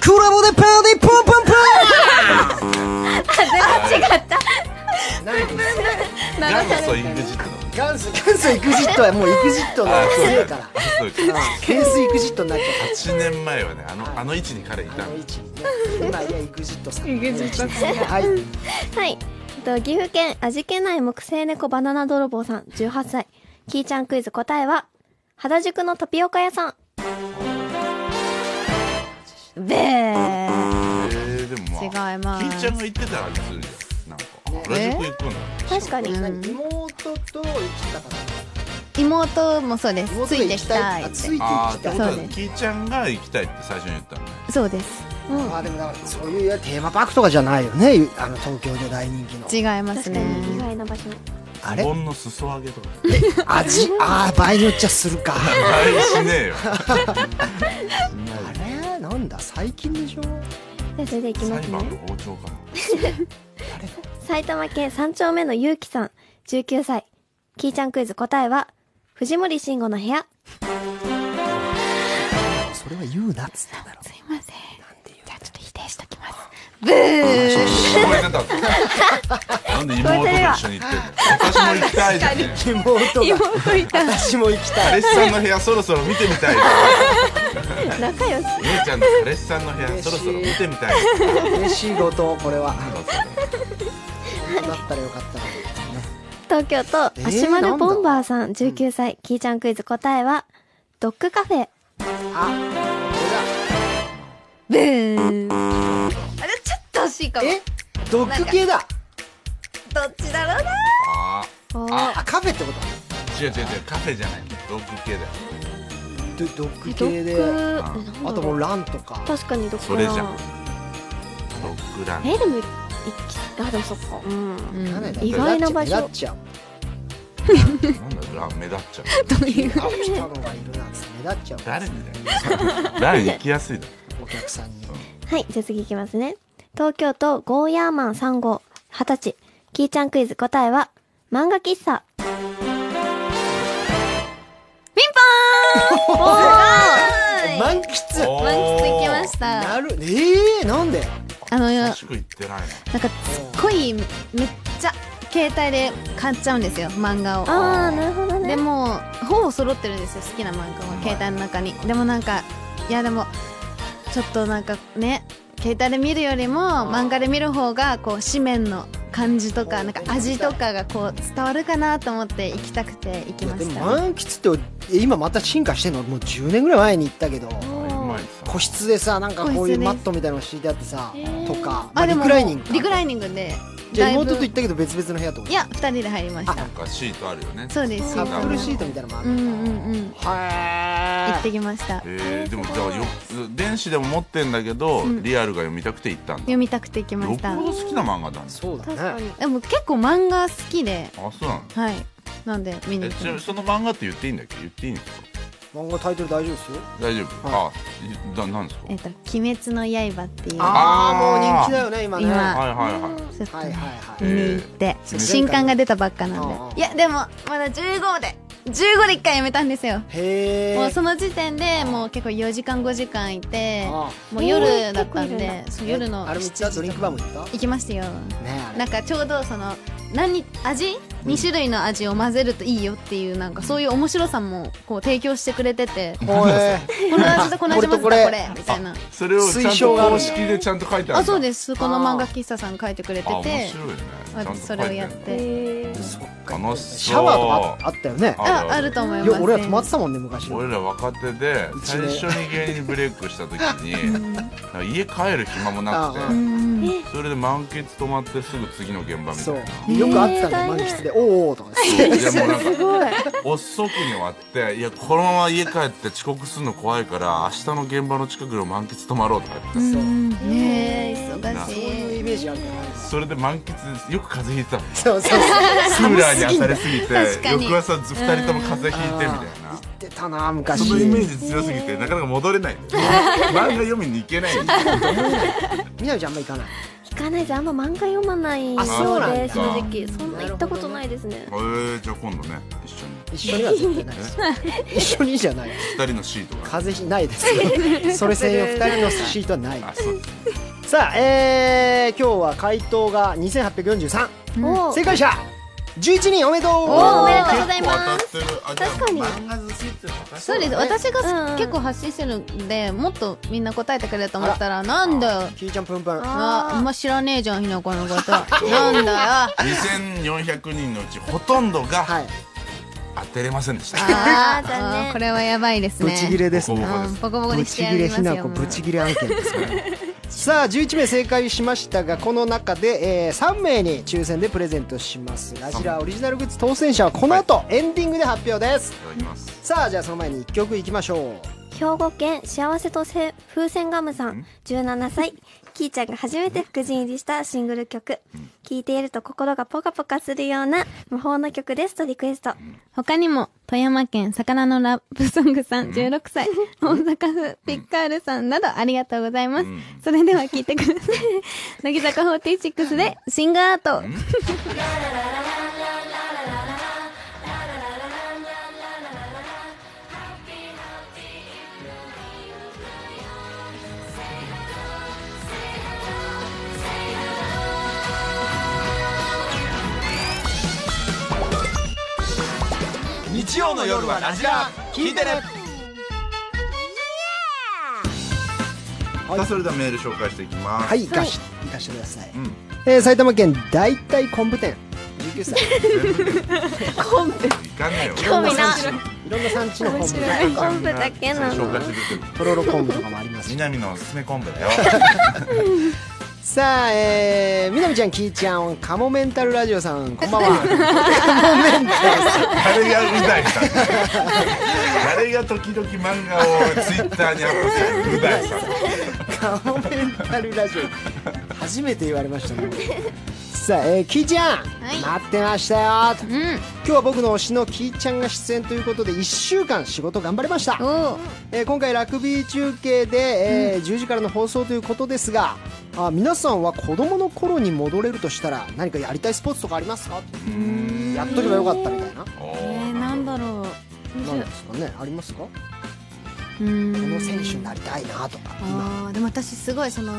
S2: クラブでパーティーポンポンポン全然違った
S1: まあガンソイングジットの
S2: 元祖元祖エグジットはもうエグジットの
S1: あそう
S2: 強いから
S1: そうか
S2: フェースエグジットになっちゃった
S1: 8年前はねあのあの位置に彼いた
S2: あ
S1: ん
S2: の
S1: で
S2: 位置にね今やエグジットさんエグジットさんはい
S6: はい。えっと岐阜県味気ない木製猫バナナ泥棒さん、18歳。キーちゃんクイズ答えは、原宿のタピオカ屋さん。
S5: べー
S1: えー、でもまあ
S5: 違います
S1: 金ちゃんが言ってたらするじゃんなんかあ原宿行くんだ
S6: 確かに。
S2: 妹と行きたかった
S5: 妹もそうで
S2: 妹
S5: す
S2: と
S5: ついて
S2: 行
S5: き
S2: きた
S5: た
S2: い
S5: い
S2: あ
S5: っ
S2: つ
S5: て
S2: いて行き
S1: あーって
S2: たい
S1: ことは
S5: そうです
S1: 金ちゃんが行きたいって最初に言ったんだね
S5: そうです
S2: あーでもだからそういうテーマパークとかじゃないよねあの東京で大人気の
S5: 違います
S6: 確
S5: ね
S6: かに、意外な場所。
S2: あ
S1: ズ
S2: れ
S1: ボンの裾上げとか
S2: 味あー場合によっちゃするか
S1: あれしねえよ
S2: あれなんだ最近でしょ
S6: じゃあそれでいきま
S1: 裁
S6: すね
S1: 判。の包丁かな
S6: 埼玉県三丁目のゆうきさん、19歳。キーちゃんクイズ答えは、藤森慎吾の部屋。
S2: それは言うなっつっただ ろ
S5: すいませんじゃあちょっと否定しときますブー
S1: 聞こえてたぞなんで妹と一緒に行ってんの私も行きたいじゃん、ね、
S2: 妹が
S5: 妹いた
S2: 私も行きたい
S1: 彼氏さんの部屋そろそろ見てみたい
S6: 仲良し。
S1: 姉ちゃんの彼氏さんの部屋そろそろ見てみたい
S2: 嬉しいことこれはだったらよかったのに
S6: 東京都、
S2: えー
S6: 足丸ボンバーさん、19歳。キーちゃんクイズ答えは、ドッグカフェ。
S2: あ
S5: ブーあれちょっと惜しいかも
S2: えドッグ系だ
S5: どっちだろうな
S1: あ
S6: おー
S1: あ
S2: あカフェってこ
S1: ー違う違う違うカフェじゃないドッグ系だよ
S2: とドドッグ
S6: ド
S2: 系
S6: ッグ、
S2: で
S6: えなんだろう
S2: あともうランとか
S6: 確かにドッグ
S1: それじゃんドッグラン
S6: え、でも、いき、あ、でもそっか。うん。
S2: なんだよ
S6: 意外な場所
S2: 目立っちゃう
S1: なんだラン目立っちゃう
S2: あ来たのがいるなんつって目立っちゃう
S1: 誰みたいなラン行きやすいだ
S2: お客さんに
S6: はい、じゃあ次いきますね。東京都、ゴーヤーマン3号、20歳。キーちゃんクイズ答えは、漫画喫茶。
S5: ピンポーンおー
S2: 満喫
S1: お
S5: 満喫行きました
S2: なるえー、なんで
S5: あの
S1: 詳
S5: なんかす
S1: しく行ってない
S5: っごいめっちゃ携帯で買っちゃうんですよ漫画を
S6: あー、なるほどね。
S5: でもほぼ揃ってるんですよ好きな漫画は携帯の中にでもなんかいやでもちょっとなんかね携帯で見るよりも漫画で見る方がこう紙面の感じとかなんか味とかがこう伝わるかなと思って行きたくて行きま
S2: でも
S5: した
S2: 満喫ってえ今また進化してんのもう10年ぐらい前に行ったけど
S1: なうまい
S2: 個室でさなんかこういう
S5: 個室で
S2: マットみたいなの敷いてあってさとか、まあ、
S5: あで
S2: リ
S5: も
S2: クライニングか
S5: リクライニングで
S2: じゃあ
S5: だいぶ
S2: 妹と行ったけど別々の部屋ってこと
S5: い
S2: か
S5: や二人で入りました
S1: なんかシートあるよね
S5: そうです
S2: カップルシートみたいなのもあ
S5: う
S2: る
S5: ん
S2: ん
S5: う
S2: だ
S5: んうん
S2: は
S5: 行ってきました
S1: えー、でもじゃあよ電子でも持ってんだけど、リアルが読みたくて行ったんだ
S5: 読みたくて行きま
S1: よっ
S5: し
S1: ぽ
S5: た
S1: ど好きな漫画だね
S2: そう
S6: 確
S2: だ
S6: か
S2: ね
S6: に。
S5: でも結構漫画好きで
S1: あそうなの
S5: はいなんで見に
S1: え
S5: 行き
S1: ち
S5: ま
S1: なみ
S5: し
S1: にそ
S5: た
S1: の漫画って言っていいんだっけ言っていいんですか
S2: 漫画タイトル大丈夫ですよ
S1: 大丈夫、
S2: は
S1: あいだなんですか
S5: えっと「鬼滅の刃」っていう
S1: あ
S2: ああもう人気だよね今ね
S5: 今
S2: は
S1: はいはいはい
S5: ちょっと
S2: いはい
S5: ね
S2: はい
S5: 見に行って
S2: ー
S5: 新刊が出たばっかなん
S2: あー
S5: でいやでもまだ15で15で1回やめたんですよ
S2: へえ
S5: もうその時点でもう結構4時間5時間いて
S2: あ
S5: もう夜だったんでそう夜の
S2: あれも行った
S5: 7
S2: ドリ
S5: 時
S2: ン
S5: と
S2: クバー
S5: か
S2: も行った
S5: 行きましたよ
S2: ねあれ
S5: なんかちょうどその何味2種類の味を混ぜるといいよっていうなんかそういう面白さもこう提供してくれ てて
S2: おい
S5: この味とこの味混ぜたこ
S2: これとこれ
S5: れみたいな
S1: それをちゃ
S2: 推
S1: ん
S2: 奨
S1: と
S2: がある
S1: 公式でちゃんと書いてあるんだ
S5: あそうですこの漫画喫茶さん書いてくれて
S1: あ面
S5: て
S1: 白いねちゃんと
S5: 私それをやっ
S1: 書いて
S5: て
S1: ある楽しそう
S2: シャワーとかああったよね
S1: あ
S5: ああると思い
S2: い
S5: ます
S2: や俺ら泊まってたもんね昔
S1: 俺ら若手で最初に芸人ブレイクした時になんか家帰る暇もなく
S2: ああ
S1: てそれで満喫泊まってすぐ次の現場みた
S2: そ
S1: いうな
S2: よくあったね満喫でおーおーとかね
S1: いやもうなんか遅くに終わっていやこのまま家帰って遅刻するの怖いから明日の現場の近くの満喫泊まろうとか言って
S2: そう
S5: ねえ忙
S1: な
S5: し
S2: そう
S5: い
S2: いうイメージあるから
S1: それで満喫よく風邪ひいてたもん
S2: そうそうそう
S1: クーラーに当たりすぎて
S5: 確かに
S1: 翌朝ず2人とも風邪ひいてみたいな
S2: 行ってたな
S1: そ
S2: 昔
S1: のイメージ強すぎてなかなか戻れない 漫画読みに行けない
S2: みなみちゃんあんま行かない
S6: 行かないですあんま漫画読まない
S2: あそうなんだ
S6: です正直そんな行ったことないですね
S1: えー、じゃあ今度ね一緒に
S2: 一緒には絶対ないです一緒にじゃない
S1: 二人のシートが
S2: 風邪ひないです それ専用二人のシートはない
S1: あそうです
S2: さあ、えー、今日は回答が2843
S6: お
S2: 正解者11人おめでとう
S5: おめでとう
S1: 結構当たってるあじゃあ
S6: 確かに
S1: 漫画好きって分か
S5: そうです私
S6: う
S5: が
S6: ん
S5: 結構発信してるんでもっとみんな答えてくれると思ったらなんだよ
S2: キーちゃんぷんぷん
S5: ああんま知らねえじゃんひなこ のことなん だよ
S1: 2400人のうちほとんど
S2: は
S1: が
S2: い
S1: 当てれませんでした、
S5: あ
S6: ー残念
S5: ーこれはやばいです
S2: ブ
S5: ね
S2: チギレです
S1: ボ
S2: ね
S1: コボコです
S5: うんボコボコ
S2: ブ
S5: にして
S2: チ
S5: や
S2: ギレひ
S5: ります
S2: な
S5: よ
S2: こ
S5: もう
S2: ブチギレ案件ですから さあ11名正解しましたがこの中で、えー、3名に抽選でプレゼントしますラジラオリジナルグッズ当選者はこの後、エンディングで発表です
S1: いただきます
S2: さあじゃあその前に1曲いきましょう
S6: 兵庫県幸せとせ風船ガムさん17歳 キーちゃんが初めて副陣入りしたシングル曲聴いていると心がポカポカするような魔法の曲ですとリクエスト
S5: 他にも富山県魚のラップソングさん16歳大阪府ピッカールさんなどありがとうございます
S1: ん
S5: それでは聞いて ください乃木坂46でシンガーアート
S1: 日曜の夜はラジラ聞いてねさあそれではメール紹介していきます
S2: はい行かし,、行かしてください、
S1: ん
S2: えー埼玉県大体昆布店19歳
S1: いかねえよ
S2: いろんな産地のいろんな産地の昆布
S6: い 昆布だけなの
S1: 紹介してくれてる
S2: とろろ昆布とかもありますし
S1: 南のおすすめ昆布だよ
S2: さあ、えー、みなみちゃんきいちゃんカモメンタルラジオさんこんばんはカモメンタルさん
S1: 誰がうだいさん誰が時々漫画をツイッターにアップするうだいさん
S2: カモメンタルラジオ初めて言われましたねさあ、えー、キイちゃん、
S5: い
S2: 待ってましたよと
S5: うん
S2: 今日は僕の推しのキイちゃんが出演ということで1週間仕事頑張りました、
S5: おー
S2: えー今回ラグビー中継で、えー10時からの放送ということですがあ皆さんは子どもの頃に戻れるとしたら何かやりたいスポーツとかありますかやっとけばよかったみたいな
S1: お
S5: え
S1: ー
S5: ーなんだろう
S2: なんですかねありますかこ
S5: うーん
S2: の選手になりたいなとか今
S5: あーでも私すごいその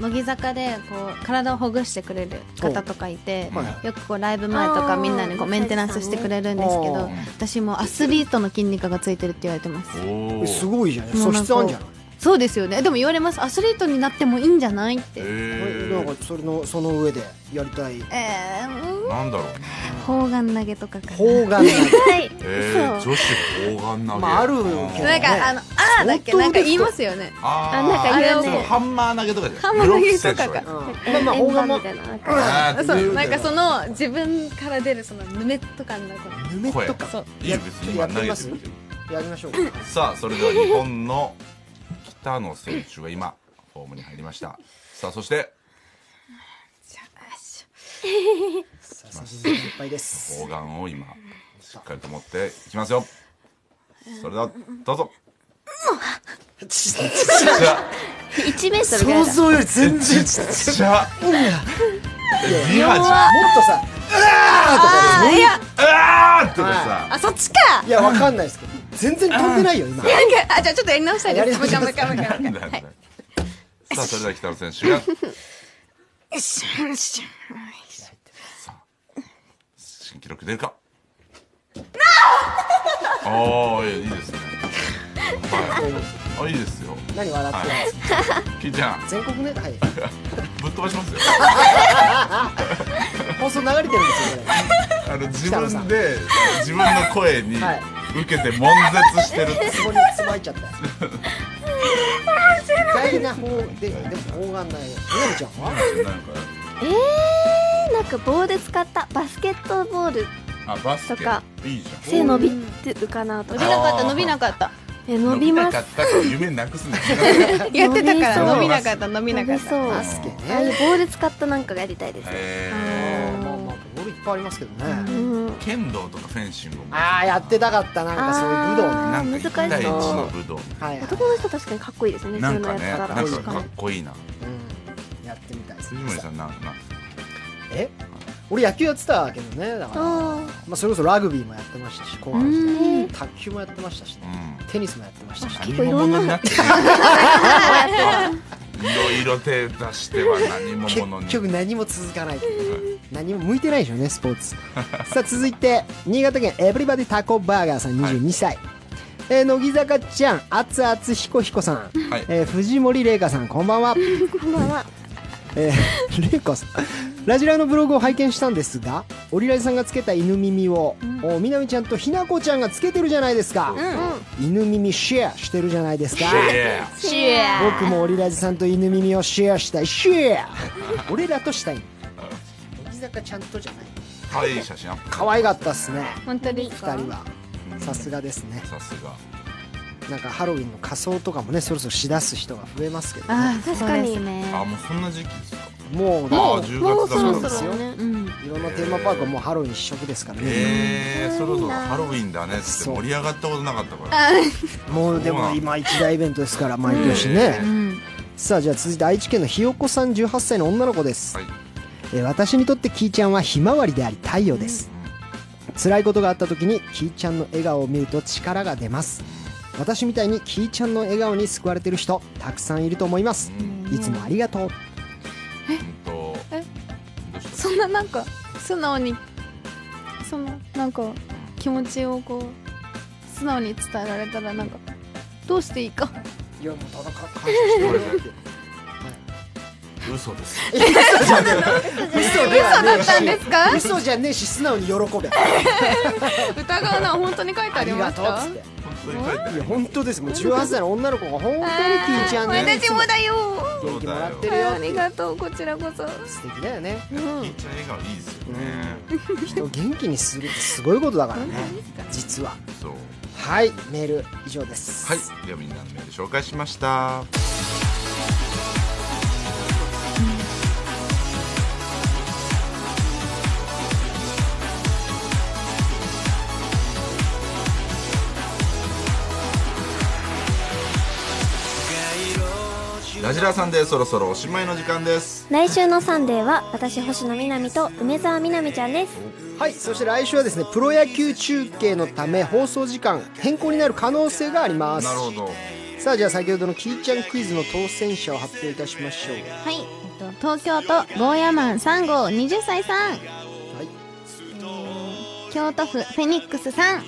S5: 乃木坂でこう体をほぐしてくれる方とかいて
S2: おはい
S5: よくこうライブ前と
S6: あ
S5: か
S6: ー
S5: みんなにこうメンテナンスしてくれるんですけ
S2: お
S5: ど
S2: ー
S5: 私もうアスリートの筋肉がついてるって言われてます
S1: お
S2: え
S1: ー
S2: すごいじゃない
S5: もう
S2: 素
S5: なんか
S2: 質あんじゃない
S5: そうですよねでも言われますアスリートになってもいいんじゃないって
S1: え
S2: なんかそれのその上でやりたい
S5: えー
S1: ー、なんだろうね
S5: うん砲丸投げとかかな
S2: 方眼
S6: はい
S1: えー、女子砲丸投げ、
S2: まああるけど
S5: なん
S2: ね
S5: かあのあーだっけ
S2: 本当ですか
S5: なんか言いますよね
S1: あー
S6: あなんか
S5: 言うね
S1: あれをハンマー投げとかじゃない
S5: ハンマー投
S1: ブロ
S5: げとかか
S1: ックしてるでしょ
S2: まあまあ方眼も
S6: みたいななんか
S1: あー
S5: そうなんかその自分から出るそのヌメッと感のこ
S2: ヌメットか
S5: そう
S1: いいよ別に今投げてみて
S2: やりましょうか
S1: さあそれでは日本の北野選手が今フォームに入りましたさあそして
S2: さあさあさあいっぱいです
S1: 砲丸を今しっかりと持っていきますよそれではどうぞじゃあ
S6: 1メートルぐ
S2: 想
S6: らいだ
S2: 像より全然ちっちゃいもっ
S1: じゃあえリハじゃん
S2: とさ
S1: うわーってかさ
S5: あそっちか
S2: いやわかんないですけど全然飛んでないよ 今
S5: なんかあじゃあちょっとやり直したい
S2: や
S5: で
S2: り
S5: す
S2: 直
S5: もう
S2: し
S5: 一
S2: ま
S5: 回
S2: す
S5: もう一回もう一回
S1: なんだよさあそれでは北野選手が
S5: よしよし
S1: し新記録出るかああいいですねはいあいいですよ
S2: 何笑ってるんですか
S1: キイちゃん
S2: 全国ねはい
S1: ぶっ飛ばしますよ
S2: 放送流れてるんです よこ
S1: あの自
S2: 北野さん
S1: 分で自分の声に
S2: はい
S1: 受けて悶絶してる
S2: れそこにつまいちゃった意外な方ででも方眼ないみなみちゃんは
S1: なんか
S6: えー、なんか棒で使ったバスケットボール
S1: あバス
S6: とか
S1: ケいいじゃん
S6: 背伸びてるかなと
S5: 伸
S6: か
S5: びなかった伸びなかった
S6: え伸びま
S1: なかっ
S6: す
S1: たから夢なくすんだよ
S5: やってたから伸
S6: 伸
S5: び
S6: び
S5: な
S1: な
S5: か
S1: か
S5: っ
S1: ったた
S5: 伸びな
S6: 伸
S5: かっ
S6: び
S5: た
S6: そう
S2: バ
S6: あ
S2: スケ
S6: あいう
S2: ね
S6: 棒で使ったなんかがやりたいですね
S1: へ
S2: まあまあボールいっぱいありますけど
S6: う
S2: ね
S6: ん
S1: ー剣道とかフェンシングも
S2: ああやってたかったなんかそういう武道ね
S6: あー
S1: なんか一対一の武道
S2: はいはい
S6: 男の人確かにかっこいいですね
S1: なん
S6: そう
S1: か
S6: いうの
S1: ね
S6: や
S1: な
S6: ったら
S1: ん
S6: 確
S1: か
S6: か
S1: か
S6: に
S1: っこいいな
S2: うんやってみたいです
S1: 藤森さんなんかな
S2: え俺野球やってたけどねだから、
S6: あ
S2: まあ、それこそラグビーもやってましたし後半
S5: う
S2: し
S5: ん
S2: 卓球もやってましたし、
S1: う
S2: ね
S1: ん
S2: テニスもやってましたし、
S6: 結構い
S1: 何
S6: ろ
S1: も
S6: んな
S1: のになってるいろいろ手出しては何もものに
S2: 結局何も続かないという何も向いてないでしょうねスポー ツさあ続いて新潟県エブリバディタコバーガーさん22歳、えー乃木坂ちゃん熱々ひこひこさん、
S1: はい
S2: えー藤森玲香さんこんばんは
S6: こんばんは
S2: えー、レイコさんラジラのブログを拝見したんですがオリラジさんがつけた犬耳を、おみなみちゃんとひなこちゃんがつけてるじゃないですか、犬耳シェアしてるじゃないですか
S1: ええ
S5: シュエ
S2: 僕もオリラジさんと犬耳をシェアしたいシェア俺らとしたいの乃木坂ちゃんとじゃない
S1: 可愛い写真アップ
S2: 可愛かったっすね
S5: 本当です
S2: 二
S5: か
S2: 人はさすがですね
S1: さすが
S2: なんかハロウィンの仮装とかもねそろそろしだす人が増えますけど、ね、
S5: ああ
S6: 確
S5: 確
S6: か
S5: か
S6: に
S5: にね
S1: あもうそんな時期ですか
S2: もう
S1: あ
S2: だ
S1: あ10
S6: もう
S1: 月
S6: そろ
S1: だ
S6: そ
S1: から
S6: ろね
S5: うん
S2: いろんなテーマパークはもうハロウィン一色ですからね、
S1: ええそろそろハロウィンだねっつって盛り上がったことなかったから
S2: もうでも今一大イベントですから毎年ね、
S5: うん
S2: さあじゃあ続いて愛知県のひよこさん18歳の女の子です、
S1: はい
S2: えー私にとってキイちゃんはひまわりであり太陽です、辛いことがあった時にキイちゃんの笑顔を見ると力が出ます私みたいにキイちゃんの笑顔に救われてる人たくさんいると思います、
S1: うん
S2: いつもありがとう
S1: うんと
S5: え
S1: どうした
S5: そんななんか素直にそのなんか気持ちをこう素直に伝えられたらなんかどうしていいか
S2: いやもうただか
S1: これ嘘です
S2: 嘘ではねえし
S5: 嘘だったんです
S2: 嘘じゃねえし素直に喜べ
S5: 疑うのは本当に書いて
S2: あ
S5: あ
S2: り
S5: り
S2: が
S5: まし
S2: とうったつって
S1: 本当に書いてあ
S2: い
S1: る
S2: や本当ですもう18歳の女の子が本当にキイちゃんねい
S5: 私
S2: つも
S5: もだよ
S2: 元気もらってるよ
S5: ありがとうこちらこそ
S2: 素敵だよね
S1: キイちゃん笑顔いいですよね
S2: 人を元気にするってすごいことだからね実は
S1: そう
S2: はいメール以上です
S1: はいではみんなのメール紹介しましたラジラーさんでそろそろおしまいの時間です
S6: 来週のサンデーは私星野みなみと梅澤みなみちゃんです
S2: はいそして来週はですねプロ野球中継のため放送時間変更になる可能性があります
S1: なるほど
S2: さあじゃあ先ほどのキーちゃんクイズの当選者を発表いたしましょう
S5: はい、えっと、東京都ゴーヤマン3号20歳さん、
S2: はい
S5: 京都府フェニックスさん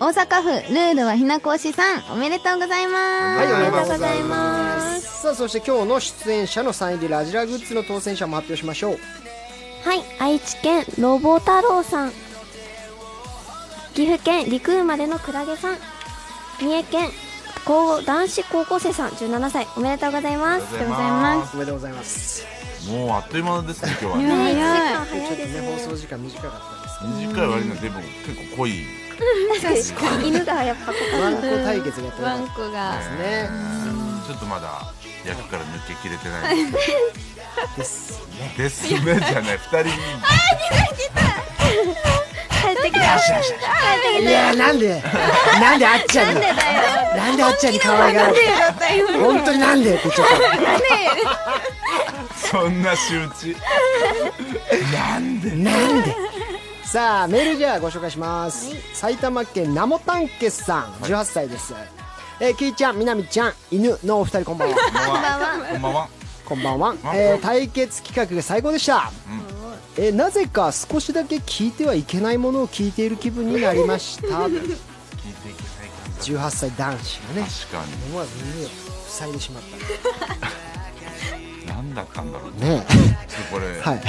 S5: 大阪府ルールはひなこ推しさんおめでとうございま
S2: は
S5: す
S2: いおめでとう
S6: ござい
S2: ますさあそして今日の出演者のサイン入りラジラグッズの当選者も発表しましょう
S6: はい愛知県ロボ太郎さん岐阜県陸生まれのクラゲさん三重県高男子高校生さん17歳おめでとうございます
S1: ありがとうござ
S5: とうござい
S1: い
S5: ま
S1: ます
S2: おめでとうございます
S1: もうあっという間ですね今日はね
S6: ね一時
S5: 早い
S6: 間早い
S2: ちょっ
S6: で
S2: とね
S6: す
S2: 放送
S6: ね
S2: 時間短かったです
S1: 短い割にはでも結構濃い
S6: 確かに犬がやっぱこ
S2: けどワンコ対決がやってな
S5: ワ
S2: か
S5: ン
S2: っ
S5: コが
S2: たですね
S1: ちょっとまだ役から抜けきれてない
S2: で
S1: です
S2: すね
S1: ですねじゃない二人に
S6: 帰ってきた帰ってき
S2: いやーなんでなんであっちゃんになんであっちゃんに可愛がられて本当になんでって言っちゃっ
S1: そんな仕打ちなんで
S2: たなんでさあメールじゃあご紹介します、埼玉県ナモタンケさん18歳です、えー、キイちゃんみなみちゃん犬のお二人こんば んは
S1: こんばんは
S2: こ
S1: こんばんは
S2: んばんは
S1: こんばんは、
S2: えー対決企画が最高でした、えーなぜか少しだけ聞いてはいけないものを聞いている気分になりました
S1: 聞いていけない感じ
S2: 18歳男 子がね
S1: 確か
S2: 思わず耳を塞いでしまった
S1: に何だったんだろうね
S2: ね
S1: ちょっとこれ、
S2: え はい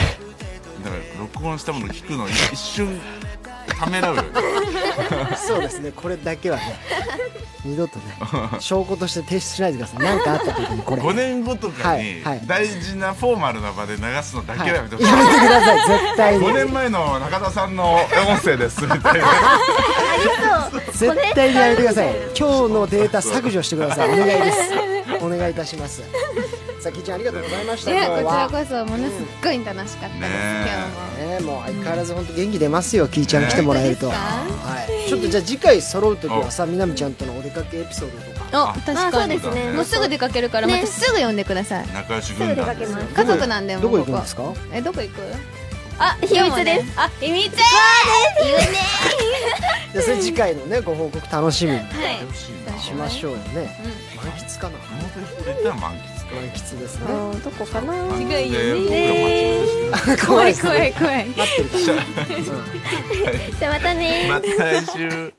S1: だから録音したもの聞くのに一瞬ためらうよね
S2: そうですねこれだけはね二度とね証拠として提出しないでください何かあった時にこれ
S1: 5年後とかに
S2: はいはい
S1: 大事なフォーマルな場で流すのだ
S2: はい
S1: けは
S2: や
S1: やめ
S2: め
S1: て
S2: てく
S1: ほしい、
S2: ださい絶対に
S1: 5年前の中田さんの音声ですみたいな
S2: 絶対にやめてください今日のデータ削除してくださいお願いですお願いいたしますさきちゃんありがとうございました
S5: い
S2: 今日
S5: やこちら
S2: は
S5: こそものすっごい楽しかっ
S1: ね
S5: たです、
S1: え
S5: 今日も。
S2: ねもう相変わらず本当元気出ますよきいちゃん来てもらえる と、
S5: ね
S2: はい、ちょっとじゃあ次回揃う時はさみなみちゃんとのお出かけエピソードとか
S5: お
S1: あ
S5: 確
S6: まあ
S5: か
S6: そう
S5: に
S6: ですね
S5: もうすぐ出かけるから、
S6: ね
S5: またすぐ呼んでください
S1: 仲良し軍団ですよ
S6: すぐ出かけます
S5: 家族なんでもう
S2: どこ行くんです
S5: こ
S2: か
S5: こえどこ行くあ
S6: 秘密
S5: 今日もね
S6: で
S5: あ秘密
S2: じゃあそれ次回のねご報告楽しみに
S5: はい
S1: 楽しいな
S2: しましょうよね、満喫かな
S1: この時で言ったら満喫
S2: 満喫です
S6: あ
S2: ね
S6: ーどこかな
S1: か
S5: 違うよね
S1: ね
S5: 怖い怖い怖い
S2: 待ってるから、うん
S6: じゃあまたねー
S1: また来週